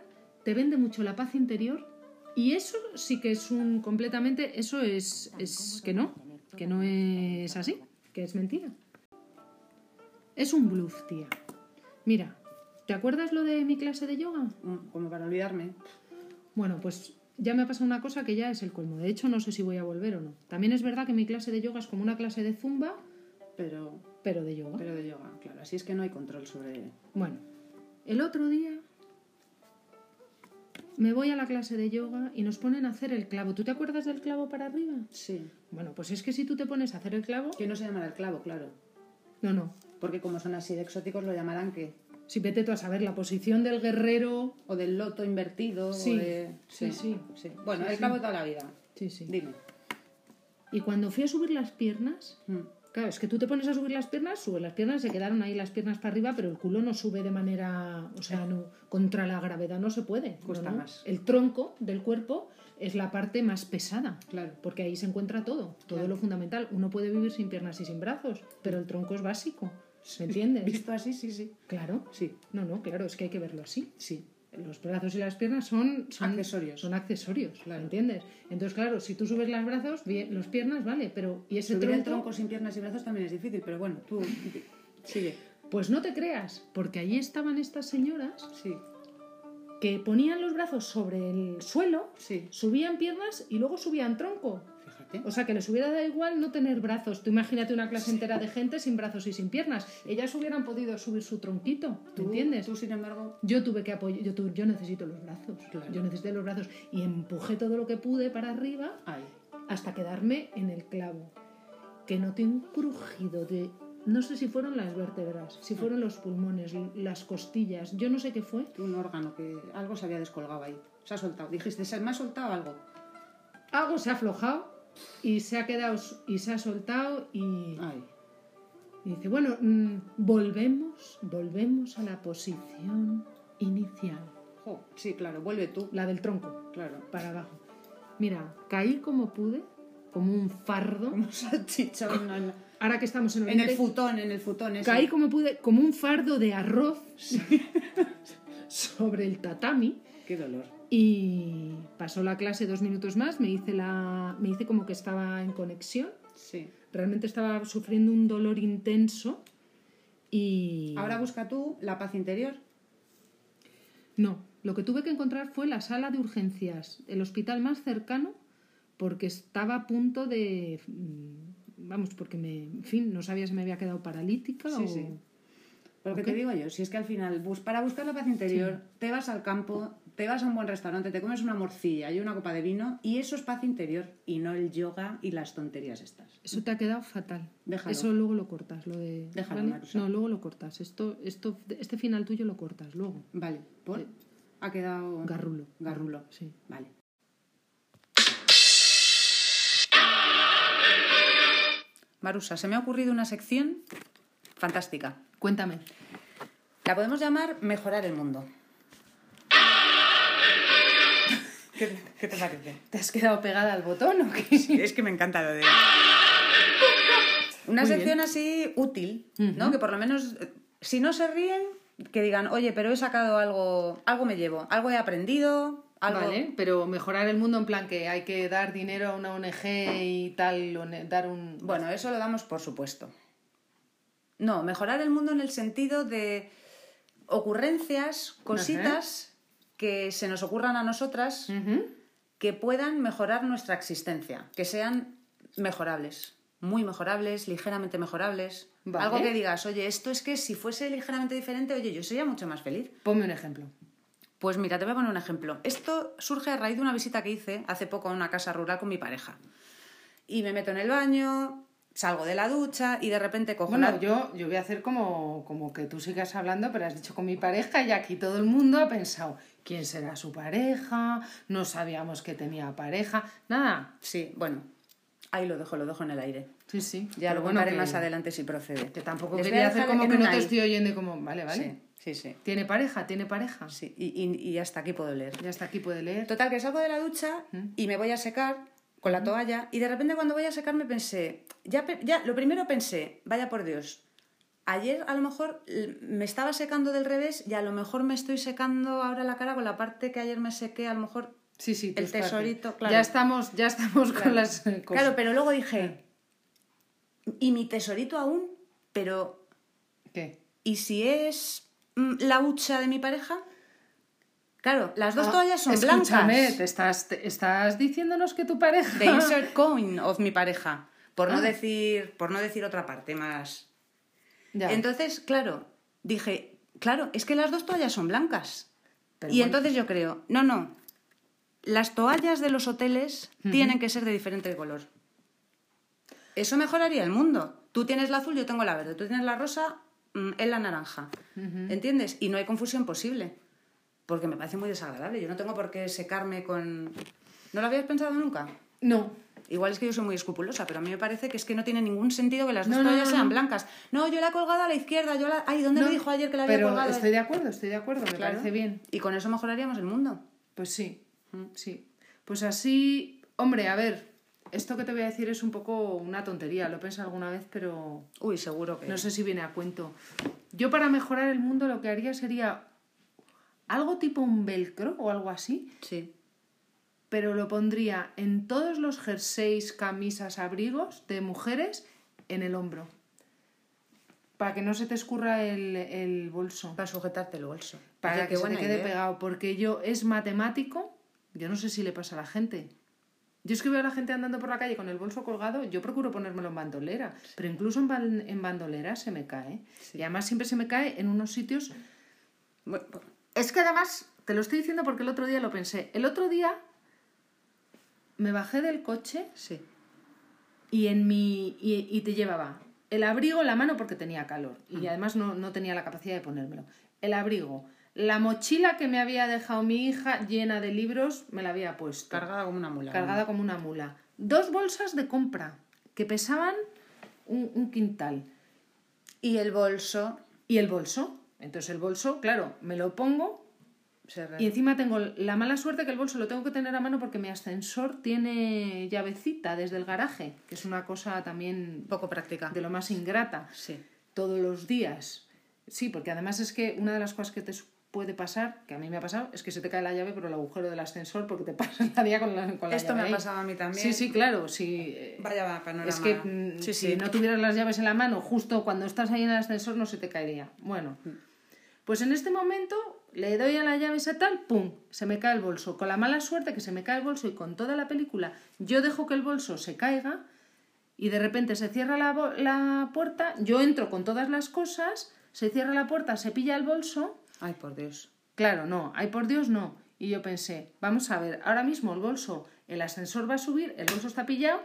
Speaker 2: te vende mucho la paz interior y eso sí que es un completamente, eso es, es que no, que no es así, que es mentira. Es un bluff, tía. Mira, ¿te acuerdas lo de mi clase de yoga?
Speaker 1: Mm, Como para olvidarme.
Speaker 2: Bueno, pues ya me ha pasado una cosa que ya es el colmo. De hecho, no sé si voy a volver o no. También es verdad que mi clase de yoga es como una clase de zumba,
Speaker 1: Pero,
Speaker 2: pero de yoga.
Speaker 1: pero de yoga, claro. Así es que no hay control sobre...
Speaker 2: Bueno, el otro día me voy a la clase de yoga y nos ponen a hacer el clavo. ¿Tú te acuerdas del clavo para arriba?
Speaker 1: Sí.
Speaker 2: Bueno, pues es que si tú te pones a hacer el clavo...
Speaker 1: Que no se llamará el clavo, claro.
Speaker 2: No, no.
Speaker 1: Porque como son así de exóticos, lo llamarán que...
Speaker 2: Si vete tú a saber la posición del guerrero...
Speaker 1: O del loto invertido.
Speaker 2: Sí,
Speaker 1: o de...
Speaker 2: sí, sí.
Speaker 1: Bueno,
Speaker 2: Sí,
Speaker 1: el
Speaker 2: sí.
Speaker 1: clavo de toda la vida.
Speaker 2: Sí, sí.
Speaker 1: Dime.
Speaker 2: Y cuando fui a subir las piernas,
Speaker 1: Mm.
Speaker 2: Claro, es que tú te pones a subir las piernas, subes las piernas, se quedaron ahí las piernas para arriba, pero el culo no sube de manera, o sea, no, contra la gravedad no se puede. no,
Speaker 1: Cuesta
Speaker 2: no.
Speaker 1: más.
Speaker 2: El tronco del cuerpo es la parte más pesada,
Speaker 1: Claro.
Speaker 2: porque ahí se encuentra todo, todo lo fundamental. Uno puede vivir sin piernas y sin brazos, pero el tronco es básico,
Speaker 1: *laughs*
Speaker 2: ¿me entiendes?
Speaker 1: Visto así, sí, sí.
Speaker 2: Claro.
Speaker 1: Sí,
Speaker 2: No, no, claro, es que hay que verlo así.
Speaker 1: sí.
Speaker 2: Los brazos y las piernas son, son
Speaker 1: Accesorios.
Speaker 2: Son accesorios, ¿me ¿entiendes? Entonces, claro, si tú subes los brazos, bien, los piernas, vale, pero y ese
Speaker 1: Subir el
Speaker 2: tronco
Speaker 1: tronco sin piernas y brazos también es difícil, pero bueno, tú *laughs* sigue.
Speaker 2: Pues no te creas, porque allí estaban estas señoras
Speaker 1: Sí,
Speaker 2: que ponían los brazos sobre el suelo,
Speaker 1: sí.
Speaker 2: subían piernas y luego subían tronco.
Speaker 1: Fíjate.
Speaker 2: O sea, que les hubiera dado igual no tener brazos. Tú imagínate una clase entera de gente sin brazos y sin piernas. Ellas hubieran podido subir su tronquito, ¿me
Speaker 1: Tú-
Speaker 2: entiendes?
Speaker 1: Tú, sin embargo,
Speaker 2: Yo tuve que apoyar, yo, tu- yo necesito los brazos.
Speaker 1: Claro.
Speaker 2: Yo necesité los brazos y empujé todo lo que pude para arriba
Speaker 1: ay,
Speaker 2: hasta quedarme en el clavo. Que noté un crujido de. No sé si fueron las vértebras, si fueron los pulmones, l- las costillas, yo no sé qué fue.
Speaker 1: un órgano que algo se había descolgado ahí. Se ha soltado. Dijiste, se me ha soltado algo.
Speaker 2: Algo se ha aflojado y se ha quedado s- y se ha soltado y,
Speaker 1: Ay,
Speaker 2: y dice, bueno, mm, volvemos, volvemos a la posición inicial,
Speaker 1: jo, sí, claro, vuelve tú.
Speaker 2: la del tronco,
Speaker 1: Claro.
Speaker 2: para abajo. Mira, caí como pude, como un
Speaker 1: *laughs*
Speaker 2: fardo.
Speaker 1: Como salchichón en,
Speaker 2: Ahora que estamos en
Speaker 1: en el
Speaker 2: Oriente,
Speaker 1: futón, en el futón. ese.
Speaker 2: Caí como pude, como un fardo de arroz *laughs* sobre el tatami
Speaker 1: Qué dolor.
Speaker 2: y pasó la clase dos minutos más, me hice, la, me hice como que estaba en conexión,
Speaker 1: Sí.
Speaker 2: realmente estaba sufriendo un dolor intenso y...
Speaker 1: Ahora busca tú la paz interior.
Speaker 2: No, lo que tuve que encontrar fue la sala de urgencias, el hospital más cercano, porque estaba a punto de... mm, Vamos, porque me... En fin, no sabía si me había quedado paralítica
Speaker 1: Sí,
Speaker 2: o...
Speaker 1: sí. Pero que te digo yo, si es que al final, bus, para buscar la paz interior, te vas al campo, te vas a un buen restaurante, te comes una morcilla y una copa de vino, y eso es paz interior, y no el yoga y las tonterías estas.
Speaker 2: Eso te ha quedado fatal.
Speaker 1: Déjalo.
Speaker 2: Eso luego lo cortas, lo de.
Speaker 1: Déjalo,
Speaker 2: ¿vale?
Speaker 1: Marusa.
Speaker 2: No, luego lo cortas. Esto, esto, este final tuyo lo cortas luego.
Speaker 1: Vale, ¿por?
Speaker 2: Eh,
Speaker 1: Ha quedado...
Speaker 2: Garrulo.
Speaker 1: Garrulo.
Speaker 2: Sí.
Speaker 1: Vale. Marusa, se me ha ocurrido una sección fantástica.
Speaker 2: Cuéntame.
Speaker 1: La podemos llamar mejorar el mundo. *laughs* ¿Qué, te- qué te parece?
Speaker 2: ¿Te has quedado pegada al botón o qué? *laughs*
Speaker 1: Es que me encanta lo de... Una
Speaker 2: Muy
Speaker 1: sección así útil, ¿no? Que por lo menos, eh, si no se ríen, que digan, oye, pero he sacado algo, algo me llevo, algo he aprendido, algo...
Speaker 2: Vale, pero mejorar el mundo en plan que hay que dar dinero a una ONG y tal, o ne- dar un...
Speaker 1: Bueno, eso lo damos por supuesto. No, mejorar el mundo en el sentido de ocurrencias, cositas que se nos ocurran a nosotras
Speaker 2: Ujú.
Speaker 1: que puedan mejorar nuestra existencia, que sean mejorables, muy mejorables, ligeramente mejorables.
Speaker 2: Vale.
Speaker 1: Algo que digas, oye, esto es que si fuese ligeramente diferente, oye, yo sería mucho más feliz.
Speaker 2: Ponme un ejemplo.
Speaker 1: Pues mira, te voy a poner un ejemplo. Esto surge a raíz de una visita que hice hace poco a una casa rural con mi pareja. Y me meto en el baño, salgo de la ducha y de repente cojo
Speaker 2: Bueno,
Speaker 1: la-
Speaker 2: yo, yo voy a hacer como, como que tú sigas hablando, pero has dicho con mi pareja y aquí todo el mundo ha pensado, ¿quién será su pareja? No sabíamos que tenía pareja, nada.
Speaker 1: Sí, bueno, ahí lo dejo, lo dejo en el aire.
Speaker 2: Sí, sí.
Speaker 1: Ya
Speaker 2: pero
Speaker 1: lo contaré
Speaker 2: que-
Speaker 1: más adelante si procede.
Speaker 2: Que tampoco
Speaker 1: Les voy
Speaker 2: quería
Speaker 1: a
Speaker 2: hacer
Speaker 1: dejar
Speaker 2: como
Speaker 1: en
Speaker 2: que
Speaker 1: un
Speaker 2: no te
Speaker 1: ahí.
Speaker 2: estoy oyendo y como, vale, vale.
Speaker 1: Sí, sí, sí.
Speaker 2: Tiene pareja, tiene pareja.
Speaker 1: sí. Y, y- y hasta aquí puedo leer.
Speaker 2: Ya está aquí, puede leer.
Speaker 1: Total, que salgo de la ducha y me voy a secar con la toalla y de repente cuando voy a secarme pensé, ya, pe- ya lo primero pensé, vaya por Dios, ayer a lo mejor l- me estaba secando del revés y a lo mejor me estoy secando ahora la cara con la parte que ayer me sequé, a lo mejor...
Speaker 2: Sí, sí, tus
Speaker 1: El tesorito,
Speaker 2: partes.
Speaker 1: claro.
Speaker 2: Ya estamos, ya estamos con las eh, cosas.
Speaker 1: Claro, pero luego dije, y mi tesorito aún, pero
Speaker 2: ¿Qué?
Speaker 1: ¿y si es mm, la hucha de mi pareja? Claro, las dos
Speaker 2: Ah,
Speaker 1: toallas son
Speaker 2: escúchame,
Speaker 1: blancas.
Speaker 2: Te estás, te estás diciéndonos que tu pareja.
Speaker 1: The insert coin of mi pareja. Por
Speaker 2: Ah.
Speaker 1: no decir, por no decir otra parte más.
Speaker 2: *laughs* Ya.
Speaker 1: Entonces, claro, dije, claro, es que las dos toallas son blancas.
Speaker 2: Pero
Speaker 1: y
Speaker 2: bueno.
Speaker 1: entonces yo creo, no, no. Las toallas de los hoteles tienen que ser de diferente color. Eso mejoraría el mundo. Tú tienes la azul, yo tengo la verde. Tú tienes la rosa, mm, él la naranja. ¿Entiendes? Y no hay confusión posible. Porque me parece muy desagradable. Yo no tengo por qué secarme con... ¿No lo habías pensado nunca?
Speaker 2: No.
Speaker 1: Igual es que yo soy muy escrupulosa, pero a mí me parece que es que no tiene ningún sentido que las dos
Speaker 2: No, no,
Speaker 1: toallas
Speaker 2: no,
Speaker 1: sean
Speaker 2: no.
Speaker 1: blancas. No, yo la he colgado a la izquierda, yo la... Ay, ¿dónde
Speaker 2: no,
Speaker 1: me dijo ayer que la había
Speaker 2: pero
Speaker 1: colgado?
Speaker 2: Estoy de acuerdo, estoy de acuerdo, me
Speaker 1: Claro.
Speaker 2: parece bien.
Speaker 1: Y con eso mejoraríamos el mundo.
Speaker 2: Pues sí,
Speaker 1: Mm.
Speaker 2: sí. Pues así, hombre, a ver, esto que te voy a decir es un poco una tontería, lo he pensado alguna vez, pero
Speaker 1: Uy, seguro que...
Speaker 2: no sé si viene a cuento. Yo para mejorar el mundo lo que haría sería algo tipo un velcro o algo así,
Speaker 1: Sí.
Speaker 2: pero lo pondría en todos los jerseys, camisas, abrigos de mujeres en el hombro. Para que no se te escurra el, el bolso.
Speaker 1: Para sujetarte el bolso.
Speaker 2: Para
Speaker 1: Oye,
Speaker 2: que
Speaker 1: qué
Speaker 2: se te
Speaker 1: buena
Speaker 2: quede
Speaker 1: idea.
Speaker 2: pegado. Porque yo es matemático. Yo no sé si le pasa a la gente. Yo es que veo a la gente andando por la calle con el bolso colgado, yo procuro ponérmelo en bandolera, pero incluso en, ban- en bandolera se me cae. ¿eh? Y además siempre se me cae en unos sitios
Speaker 1: Bueno, pues,
Speaker 2: es que además, te lo estoy diciendo porque el otro día lo pensé. El otro día me bajé del coche
Speaker 1: Sí.
Speaker 2: y en mi. y, y te llevaba el abrigo en la mano porque tenía calor. Y además no, no tenía la capacidad de ponérmelo. El abrigo. La mochila que me había dejado mi hija llena de libros, me la había puesto.
Speaker 1: Cargada como una mula.
Speaker 2: Cargada como una mula. Dos bolsas de compra que pesaban un, un quintal.
Speaker 1: Y el bolso...
Speaker 2: Y el bolso. Entonces el bolso, claro, me lo pongo
Speaker 1: se re-
Speaker 2: y encima tengo la mala suerte que el bolso lo tengo que tener a mano porque mi ascensor tiene llavecita desde el garaje, que es una cosa también
Speaker 1: Poco práctica.
Speaker 2: de lo más ingrata.
Speaker 1: Sí.
Speaker 2: Todos los días. Sí, porque además es que una de las cosas que te su- puede pasar, que a mí me ha pasado, es que se te cae la llave por el agujero del ascensor porque te *laughs* pasas la día con la, con la
Speaker 1: Esto me
Speaker 2: llave
Speaker 1: ha
Speaker 2: ahí.
Speaker 1: pasado a mí también.
Speaker 2: Sí, sí, claro. Sí, eh,
Speaker 1: Vaya va, panorama.
Speaker 2: es que mm,
Speaker 1: Sí,
Speaker 2: si
Speaker 1: sí.
Speaker 2: no tuvieras las llaves en la mano justo cuando estás ahí en el ascensor no se te caería. Bueno,
Speaker 1: Mm.
Speaker 2: pues en este momento le doy a la llave esa tal, ¡pum! Se me cae el bolso. Con la mala suerte que se me cae el bolso y con toda la película yo dejo que el bolso se caiga y de repente se cierra la, bo- la puerta, yo entro con todas las cosas, se cierra la puerta, se pilla el bolso
Speaker 1: Ay, por Dios.
Speaker 2: Claro, no, ay por Dios no. Y yo pensé, vamos a ver, ahora mismo el bolso, el ascensor va a subir, el bolso está pillado,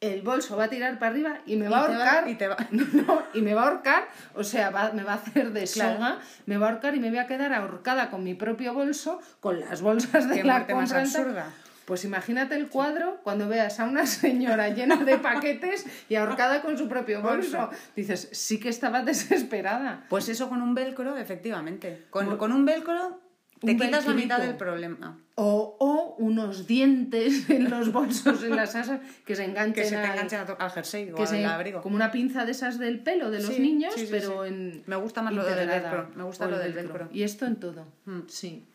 Speaker 2: el bolso va a tirar para arriba y me va a
Speaker 1: Y te va-
Speaker 2: ahorcar.
Speaker 1: y te va-
Speaker 2: *laughs* No, y me va a ahorcar, o sea, va- me va a hacer de soga, me va a ahorcar y me voy a quedar ahorcada con mi propio bolso, con las bolsas de
Speaker 1: Qué
Speaker 2: la
Speaker 1: muerte más
Speaker 2: compra en tal.
Speaker 1: absurda.
Speaker 2: Pues imagínate el cuadro cuando veas a una señora llena de paquetes y ahorcada con su propio bolso. Dices, sí que estaba desesperada.
Speaker 1: Pues eso con un velcro, efectivamente. Con, con un velcro te
Speaker 2: Un
Speaker 1: quitas la mitad
Speaker 2: velcrito.
Speaker 1: del problema.
Speaker 2: O, o unos dientes *laughs* en los bolsos, en las asas, que se enganchen
Speaker 1: Que se te
Speaker 2: al-
Speaker 1: enganche a tu- al jersey o
Speaker 2: que
Speaker 1: al
Speaker 2: se-
Speaker 1: abrigo.
Speaker 2: como una pinza de esas del pelo de los
Speaker 1: Sí,
Speaker 2: niños,
Speaker 1: sí, sí,
Speaker 2: pero
Speaker 1: sí.
Speaker 2: en
Speaker 1: Me gusta más lo del
Speaker 2: integrada,
Speaker 1: velcro, me gusta
Speaker 2: o
Speaker 1: lo
Speaker 2: el
Speaker 1: del velcro. Mm.
Speaker 2: Y esto en todo. Sí.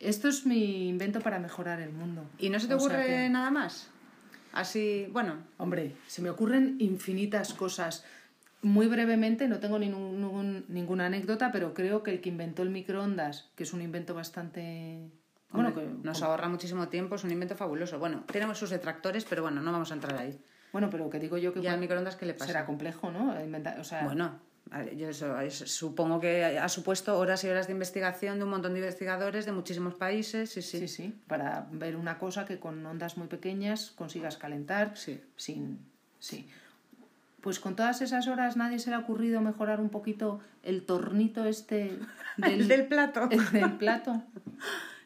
Speaker 2: Esto es mi invento para mejorar el mundo.
Speaker 1: ¿Y no se te
Speaker 2: O sea
Speaker 1: ocurre
Speaker 2: que-
Speaker 1: nada más? Así, bueno,
Speaker 2: Hombre, se me ocurren infinitas cosas. Muy brevemente, no tengo ningún- ningún- ninguna anécdota, pero creo que el que inventó el microondas, que es un invento bastante... Bueno,
Speaker 1: hombre,
Speaker 2: que-
Speaker 1: nos ahorra muchísimo tiempo, es un invento fabuloso. Bueno, tenemos sus detractores, pero bueno, no vamos a entrar ahí.
Speaker 2: bueno, pero que digo yo que...
Speaker 1: ¿Y al
Speaker 2: cual-
Speaker 1: microondas qué le pasa?
Speaker 2: Será complejo, ¿no? Inventar- o sea,
Speaker 1: Bueno, a ver, yo eso, es- supongo que ha supuesto horas y horas de investigación de un montón de investigadores de muchísimos países, sí, sí.
Speaker 2: Sí, sí, para ver una cosa que con ondas muy pequeñas consigas calentar
Speaker 1: Sí.
Speaker 2: sin... Sí. Pues con todas esas horas nadie se le ha ocurrido mejorar un poquito el tornito este
Speaker 1: *laughs* El *laughs* del plato.
Speaker 2: el del plato,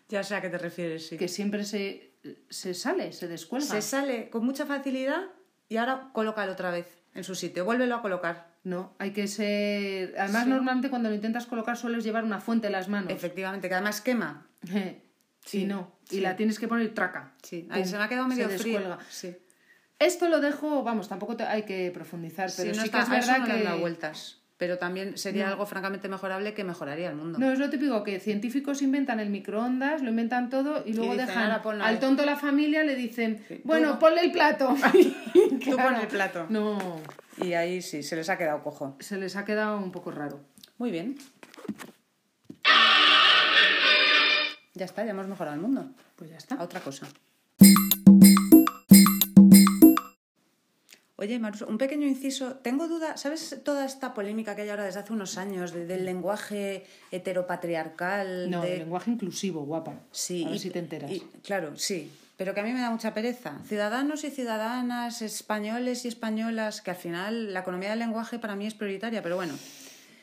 Speaker 1: Ya sé a qué te refieres, sí.
Speaker 2: que siempre se, se sale, se descuelga.
Speaker 1: Se sale con mucha facilidad y ahora colócalo otra vez en su sitio, vuélvelo a colocar.
Speaker 2: No, hay que ser... Además, normalmente cuando lo intentas colocar sueles llevar una fuente en las manos.
Speaker 1: Efectivamente, que además quema.
Speaker 2: *laughs* y no, y la tienes que poner traca.
Speaker 1: Sí, ahí
Speaker 2: Pum,
Speaker 1: se me ha quedado medio
Speaker 2: se
Speaker 1: frío.
Speaker 2: descuelga.
Speaker 1: Sí.
Speaker 2: Esto lo dejo, vamos, tampoco te- hay que profundizar,
Speaker 1: Sí,
Speaker 2: pero
Speaker 1: no
Speaker 2: sí
Speaker 1: está-
Speaker 2: que es
Speaker 1: a eso
Speaker 2: verdad
Speaker 1: no le han
Speaker 2: que...
Speaker 1: dado vueltas. Pero también sería algo francamente mejorable que mejoraría el mundo.
Speaker 2: No, es lo típico que científicos inventan el microondas, lo inventan todo y luego
Speaker 1: dicen,
Speaker 2: dejan
Speaker 1: "Ahora ponlo ahí".
Speaker 2: al tonto la familia le dicen,
Speaker 1: Sí.
Speaker 2: bueno,
Speaker 1: Tú-
Speaker 2: ponle el plato.
Speaker 1: *laughs*
Speaker 2: *laughs*
Speaker 1: Tú pon el plato.
Speaker 2: No,
Speaker 1: Y ahí sí, se les ha quedado cojo.
Speaker 2: se les ha quedado un poco raro.
Speaker 1: Muy bien. Ya está, ya hemos mejorado el mundo.
Speaker 2: Pues ya
Speaker 1: A
Speaker 2: está.
Speaker 1: otra cosa. Oye, Maruso, un pequeño inciso. Tengo duda, ¿sabes toda esta polémica que hay ahora desde hace unos años de- del lenguaje heteropatriarcal?
Speaker 2: No,
Speaker 1: de-
Speaker 2: el lenguaje inclusivo, guapa.
Speaker 1: Sí,
Speaker 2: A ver
Speaker 1: y-
Speaker 2: si te enteras.
Speaker 1: y- claro, sí. Pero que a mí me da mucha pereza. Ciudadanos y ciudadanas, españoles y españolas, que al final la economía del lenguaje para mí es prioritaria, pero bueno.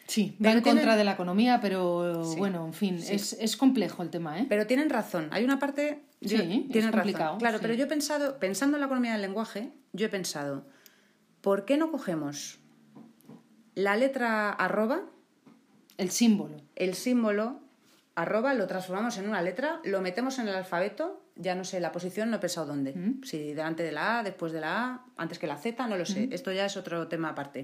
Speaker 2: Sí, va
Speaker 1: Pero
Speaker 2: en contra
Speaker 1: tiene-
Speaker 2: de la economía, pero
Speaker 1: Sí,
Speaker 2: bueno, en fin,
Speaker 1: sí.
Speaker 2: es, es complejo el tema, ¿eh?
Speaker 1: Pero tienen razón. Hay una parte.
Speaker 2: Sí, es
Speaker 1: tienen
Speaker 2: complicado,
Speaker 1: razón. Claro,
Speaker 2: sí.
Speaker 1: pero yo he pensado, pensando en la economía del lenguaje, yo he pensado, ¿por qué no cogemos la letra arroba,
Speaker 2: El símbolo.
Speaker 1: el símbolo arroba, lo transformamos en una letra, lo metemos en el alfabeto, ya no sé la posición, no he pensado dónde.
Speaker 2: Mm.
Speaker 1: Si delante de la A, después de la A, antes que la Z, no lo sé.
Speaker 2: Mm.
Speaker 1: Esto ya es otro tema aparte.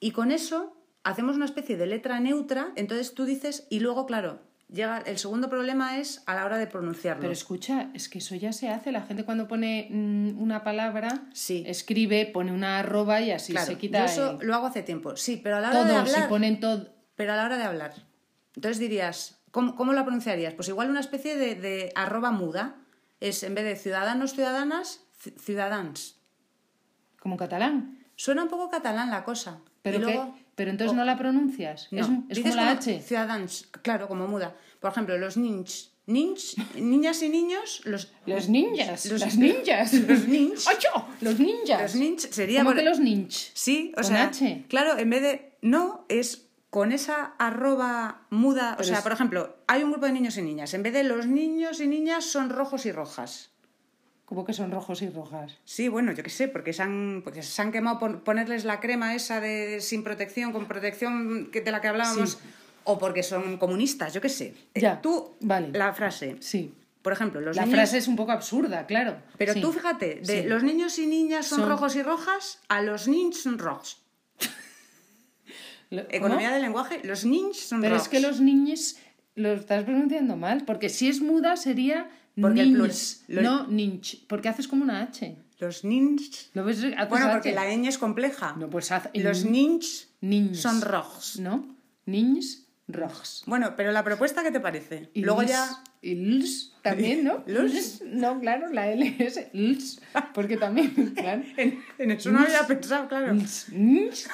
Speaker 1: Y con eso hacemos una especie de letra neutra, entonces tú dices, y luego, claro, llega el segundo problema es a la hora de pronunciarlo.
Speaker 2: Pero escucha, es que eso ya se hace. La gente cuando pone mm, una palabra,
Speaker 1: Sí.
Speaker 2: escribe, pone una arroba y así
Speaker 1: Claro,
Speaker 2: se quita
Speaker 1: yo eso
Speaker 2: el-
Speaker 1: lo hago hace tiempo, sí, pero a la hora de
Speaker 2: todo.
Speaker 1: hablar...
Speaker 2: Si ponen todo.
Speaker 1: Pero a la hora de hablar. Entonces dirías, ¿cómo, cómo la pronunciarías? Pues igual una especie de, de arroba muda. Es en vez de ciudadanos, ciudadanas, ci- ciudadans.
Speaker 2: Como en catalán.
Speaker 1: Suena un poco catalán la cosa.
Speaker 2: Pero,
Speaker 1: Y
Speaker 2: que-
Speaker 1: luego-
Speaker 2: pero entonces
Speaker 1: o-
Speaker 2: no la pronuncias.
Speaker 1: no,
Speaker 2: Es, es
Speaker 1: dices
Speaker 2: como la H.
Speaker 1: Ciudadans, claro, como muda. Por ejemplo, los ninch. Ninch, niñas y niños, los,
Speaker 2: Los ninjas.
Speaker 1: Los-
Speaker 2: las ninjas.
Speaker 1: *laughs* los
Speaker 2: *laughs*
Speaker 1: ninjas.
Speaker 2: ¡Ocho! Los ninjas.
Speaker 1: los ninch sería...
Speaker 2: ¿Cómo
Speaker 1: bueno,
Speaker 2: que los ninch?
Speaker 1: Sí, o
Speaker 2: Con
Speaker 1: sea,
Speaker 2: H.
Speaker 1: claro, en vez de no es con esa arroba muda, o
Speaker 2: Pero
Speaker 1: sea,
Speaker 2: es-
Speaker 1: por ejemplo, hay un grupo de niños y niñas, en vez de los niños y niñas son rojos y rojas.
Speaker 2: Como que son rojos y rojas.
Speaker 1: Sí, bueno, yo qué sé, porque se han, porque se han quemado por ponerles la crema esa de sin protección, con protección que- de la que hablábamos,
Speaker 2: Sí.
Speaker 1: o porque son comunistas, yo qué sé. Eh,
Speaker 2: Ya,
Speaker 1: Tú,
Speaker 2: vale.
Speaker 1: la frase,
Speaker 2: Sí.
Speaker 1: por ejemplo, los
Speaker 2: La
Speaker 1: niños...
Speaker 2: frase es un poco absurda, claro.
Speaker 1: Pero
Speaker 2: Sí.
Speaker 1: tú fíjate, de
Speaker 2: Sí.
Speaker 1: los niños y niñas son,
Speaker 2: Son-
Speaker 1: rojos y rojas, a los ninjas son rojos.
Speaker 2: Lo-
Speaker 1: Economía
Speaker 2: ¿cómo?
Speaker 1: del lenguaje, los ninjas son
Speaker 2: Pero
Speaker 1: rojos.
Speaker 2: es que los niñes lo estás pronunciando mal, porque si es muda sería
Speaker 1: Porque el
Speaker 2: niñes,
Speaker 1: plural- lo-
Speaker 2: no ninch, porque haces como una H.
Speaker 1: Los ninch.
Speaker 2: ¿Lo ves? Haces
Speaker 1: Bueno,
Speaker 2: H.
Speaker 1: porque la ñ es compleja.
Speaker 2: No, pues haz
Speaker 1: Los ninch
Speaker 2: niñes.
Speaker 1: son rojos.
Speaker 2: ¿No? Niñes rojos.
Speaker 1: Bueno, pero la propuesta, ¿qué te parece? Luego
Speaker 2: lis-
Speaker 1: ya. *laughs*
Speaker 2: Y ls también, ¿no?
Speaker 1: Los.
Speaker 2: No, claro, la L es ls, porque también, *laughs* claro.
Speaker 1: En, en eso no
Speaker 2: Nis.
Speaker 1: había pensado, claro.
Speaker 2: Ls, nis.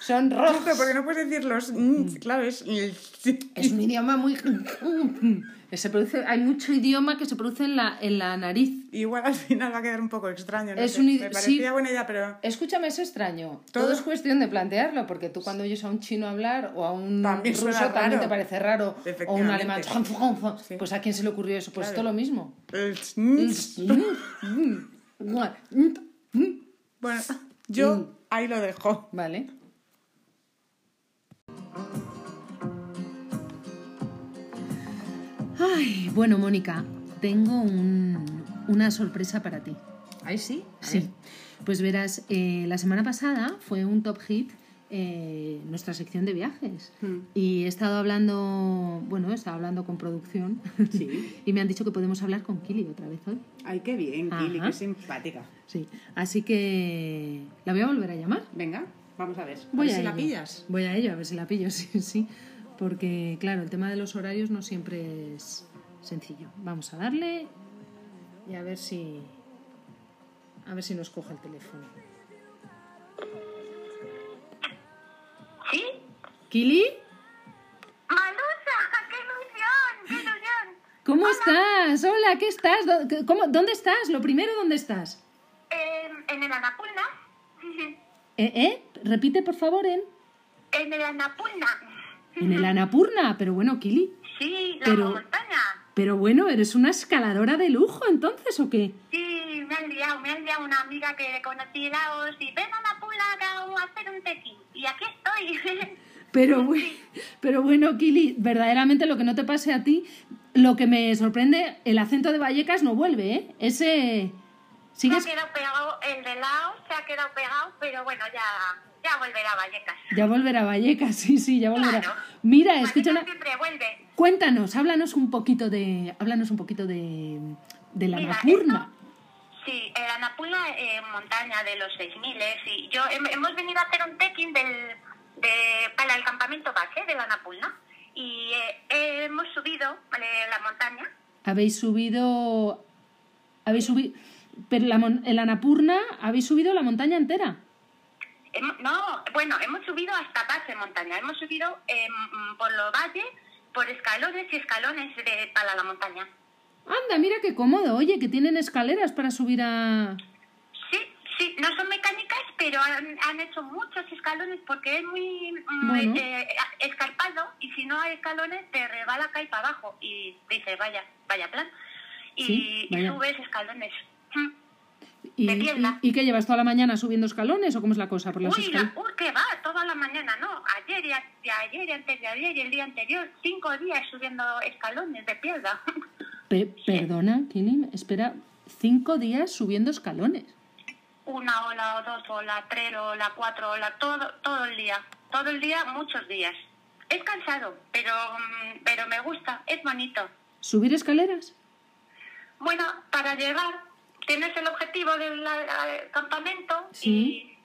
Speaker 2: Son rojos.
Speaker 1: Ojo, porque no puedes decir los... ñ, Claro, Mm. es... *laughs* ñ.
Speaker 2: Es un idioma muy... *laughs* Se produce, hay mucho idioma que se produce en la, en la nariz.
Speaker 1: Igual al final va a quedar un poco extraño. ¿no?
Speaker 2: Es
Speaker 1: sé.
Speaker 2: un idi-
Speaker 1: Me parecía
Speaker 2: sí.
Speaker 1: buena idea, pero
Speaker 2: Escúchame, eso extraño. Todo,
Speaker 1: Todo-
Speaker 2: es cuestión de plantearlo, porque tú cuando oyes a un chino hablar o a un
Speaker 1: También
Speaker 2: ruso
Speaker 1: suena
Speaker 2: también
Speaker 1: raro.
Speaker 2: te parece raro. O un
Speaker 1: Efectivamente.
Speaker 2: alemán.
Speaker 1: Sí.
Speaker 2: Pues a quién se le ocurrió eso. Pues
Speaker 1: Claro.
Speaker 2: todo lo
Speaker 1: *laughs*
Speaker 2: mismo. Mm,
Speaker 1: el ñ, Bueno, *laughs* yo ahí lo dejo.
Speaker 2: Vale. Ay, bueno, Mónica, tengo un- una sorpresa para ti.
Speaker 1: Ahí sí.
Speaker 2: Sí. Pues verás, eh, la semana pasada fue un top hit eh, nuestra sección de viajes.
Speaker 1: Hmm.
Speaker 2: Y he estado hablando, bueno, he estado hablando con producción.
Speaker 1: Sí.
Speaker 2: *laughs* y me han dicho que podemos hablar con Kili otra vez hoy.
Speaker 1: Ay, qué bien, Kili,
Speaker 2: Ajá.
Speaker 1: qué simpática.
Speaker 2: Sí. Así que Eh, la voy a volver a llamar.
Speaker 1: Venga, vamos a ver. A
Speaker 2: Voy
Speaker 1: ver
Speaker 2: a
Speaker 1: si la
Speaker 2: ello.
Speaker 1: pillas.
Speaker 2: Voy a ello, a ver si la pillo, *laughs* sí, sí. Porque, claro, el tema de los horarios no siempre es sencillo. Vamos a darle y a ver si. A ver si nos coge el teléfono.
Speaker 7: ¿Sí?
Speaker 2: ¿Kili?
Speaker 7: ¡Malusa! *laughs* ¡Qué ilusión! ¡Qué ilusión!
Speaker 2: ¿Cómo estás? Hola, ¿qué estás? ¿Dó- qué- cómo- ¿Dónde estás? Lo primero, ¿dónde estás?
Speaker 7: Em, en el Anapulna.
Speaker 2: ¿Eh? eh? Repite, por favor, en.
Speaker 7: En el Anapulna.
Speaker 2: En el Anapurna. Pero bueno, Kili.
Speaker 7: Sí, la
Speaker 2: Pero-
Speaker 7: montaña.
Speaker 2: Pero bueno, ¿eres una escaladora de lujo entonces o qué?
Speaker 7: Sí, me han liado, me han liado una amiga que conocí en Laos y ven a Anapulna que vamos a hacer un tequí. Y aquí estoy. *laughs*
Speaker 2: Pero, bue- pero bueno, Kili, verdaderamente lo que no te pase a ti, lo que me sorprende, el acento de Vallecas no vuelve, ¿eh? Ese...
Speaker 7: se ha
Speaker 2: ¿Sigues?
Speaker 7: quedado pegado el de Laos, se ha quedado pegado, pero bueno, ya, ya volverá a Vallecas.
Speaker 2: Ya volverá Vallecas, sí, sí, ya volverá.
Speaker 7: Claro.
Speaker 2: Mira,
Speaker 7: Vallecas
Speaker 2: Eh, escucha una-
Speaker 7: siempre vuelve.
Speaker 2: Cuéntanos, háblanos un poquito de... Háblanos un poquito de... De la
Speaker 7: Mira,
Speaker 2: nocturna.
Speaker 7: Sí, el Anapulna eh, montaña de los 6000 y yo hem- hemos venido a hacer un trekking del, de- para el campamento base de la Anapulna y eh, hemos subido eh, la montaña.
Speaker 2: Habéis subido... Habéis subido... Pero la mon- en la Napurna habéis subido la montaña entera.
Speaker 7: Hemo- no, bueno, hemos subido hasta base montaña, hemos subido eh, mm, por los valles, por escalones y escalones de, para la montaña.
Speaker 2: Anda, mira qué cómodo. Oye, que tienen escaleras para subir a...
Speaker 7: Sí, sí, no son mecánicas, pero han, han hecho muchos escalones porque es muy mm,
Speaker 2: Bueno.
Speaker 7: eh, eh, escarpado y si no hay escalones te rebala cae para abajo y dice vaya, vaya plan. Y,
Speaker 2: Sí,
Speaker 7: y
Speaker 2: vaya.
Speaker 7: subes escalones. Mm.
Speaker 2: ¿Y,
Speaker 7: De tienda.
Speaker 2: y, y qué llevas toda la mañana subiendo escalones o cómo es la cosa? Por las
Speaker 7: Uy,
Speaker 2: escal-
Speaker 7: la, uy, que va, toda la mañana, no, ayer y, a- y ayer y antes de ayer y el día anterior, cinco días subiendo escalones de piedra.
Speaker 2: Pe- perdona, Kili, espera, cinco días subiendo escalones.
Speaker 7: Una ola o dos ola, tres ola, cuatro ola, todo, todo el día. Todo el día, muchos días. Es cansado, pero, mm, pero me gusta, es bonito.
Speaker 2: ¿Subir escaleras?
Speaker 7: Bueno, para llegar tienes el objetivo del eh, campamento
Speaker 2: Sí.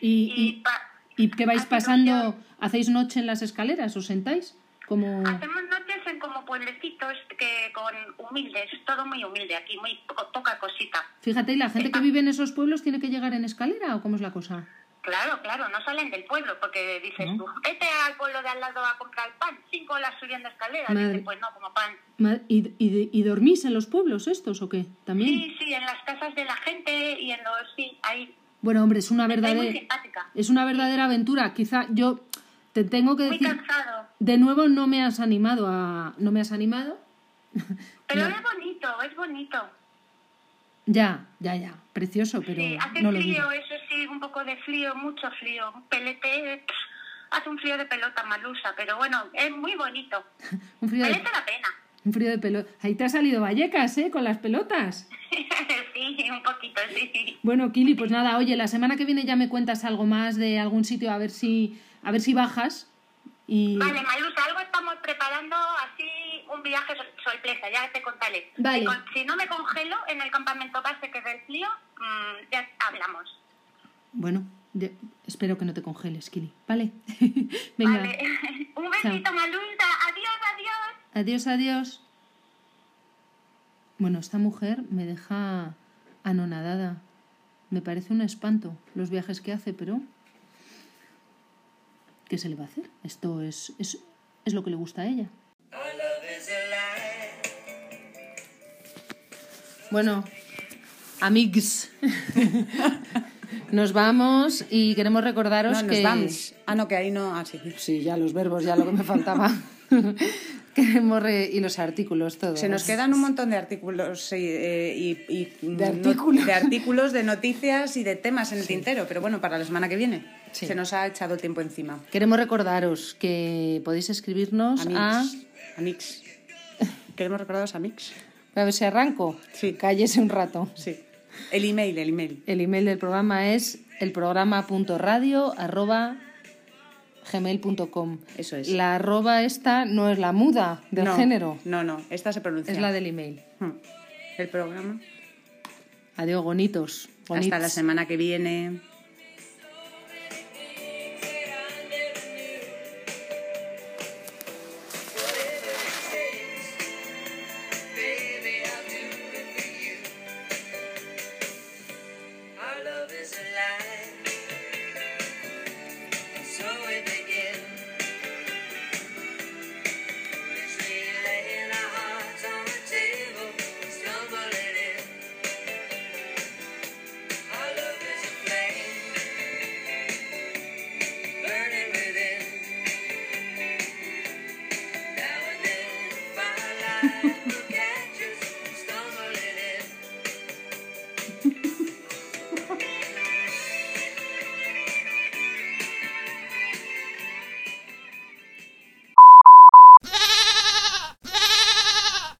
Speaker 7: y,
Speaker 2: ¿Y,
Speaker 7: y pa-
Speaker 2: y- y qué vais
Speaker 7: hace dos
Speaker 2: pasando?
Speaker 7: días.
Speaker 2: ¿Hacéis noche en las escaleras? ¿Os sentáis? Como...
Speaker 7: hacemos noches en como pueblecitos que con humildes, todo muy humilde aquí, muy poco- poca cosita.
Speaker 2: Fíjate, ¿y la gente que vive en esos pueblos tiene que llegar en escalera o cómo es la cosa?
Speaker 7: Claro, claro, no salen del pueblo porque dices
Speaker 2: No.
Speaker 7: tú, vete al pueblo de al lado a comprar pan, cinco horas subiendo escaleras,
Speaker 2: Madre.
Speaker 7: dices, pues no, como pan.
Speaker 2: Ma- ¿Y, y, y dormís en los pueblos estos o qué? También.
Speaker 7: Sí, sí, en las casas de la gente y en los... Sí, ahí.
Speaker 2: Bueno, hombre, es una
Speaker 7: Estoy muy
Speaker 2: verdadera...
Speaker 7: simpática.
Speaker 2: Es una verdadera aventura. Quizá yo te tengo que
Speaker 7: Muy
Speaker 2: decir...
Speaker 7: cansado.
Speaker 2: De nuevo no me has animado a. No me has animado.
Speaker 7: Pero es bonito, es bonito.
Speaker 2: Ya, ya, ya. Precioso, pero
Speaker 7: Sí, hace
Speaker 2: no lo
Speaker 7: frío,
Speaker 2: digo.
Speaker 7: eso sí, un poco de frío, mucho frío. Un Pelete, eh, pff, hace un frío de pelota malusa, pero bueno, es muy bonito.
Speaker 2: Un frío de,
Speaker 7: Merece la pena. *laughs*
Speaker 2: un frío de pelota. Ahí te ha salido Vallecas, ¿eh? Con las pelotas.
Speaker 7: sí, un poquito, sí.
Speaker 2: Bueno, Kili, pues nada, oye, la semana que viene ya me cuentas algo más de algún sitio, a ver si, a ver si bajas. Y...
Speaker 7: Vale, Malusa, algo estamos preparando así un viaje sor- sorpresa, ya te contaré.
Speaker 2: Vale.
Speaker 7: Si con- Si no me congelo en el campamento base que es del frío, mm, ya hablamos.
Speaker 2: Bueno, de- espero que no te congeles, Kili. Vale. *laughs* Venga.
Speaker 7: Vale. *laughs* un besito, Malusa. Adiós, adiós.
Speaker 2: Adiós, adiós. Bueno, esta mujer me deja anonadada. Me parece un espanto los viajes que hace, pero ¿Qué se le va a hacer? Esto es, es, es lo que le gusta a ella. Bueno, amigs, *laughs* nos vamos y queremos
Speaker 1: No,
Speaker 2: recordaros
Speaker 1: nos
Speaker 2: que...
Speaker 1: vamos. Ah, no, que ahí no. Ah, sí.
Speaker 2: Sí, ya los verbos, ya lo que me *laughs* faltaba. queremos re- Y los artículos, todo.
Speaker 1: Se nos quedan un montón de artículos sí, eh, y, y- no- de,
Speaker 2: artículos.
Speaker 1: de artículos, de noticias y de temas en el tintero, pero bueno, para la semana que viene.
Speaker 2: Sí.
Speaker 1: Se nos ha echado el tiempo encima.
Speaker 2: Queremos recordaros que podéis escribirnos a...
Speaker 1: Amix. Amix. Queremos recordaros a Mix.
Speaker 2: A ver si arranco.
Speaker 1: Sí.
Speaker 2: Cállese un rato.
Speaker 1: Sí. El email, el email.
Speaker 2: El email del programa es elprograma.radio@gmail.com.
Speaker 1: Eso es.
Speaker 2: La arroba esta no es la muda del
Speaker 1: No,
Speaker 2: género,
Speaker 1: No, no. Esta se pronuncia.
Speaker 2: es la del email.
Speaker 1: Hmm. El programa.
Speaker 2: Adiós, bonitos.
Speaker 1: Hasta la semana que viene.
Speaker 8: Our love is alive. And so we begin. As we laying our hearts on the table, stumbling in. Our love is a flame. Burning within. Now and then, firelight.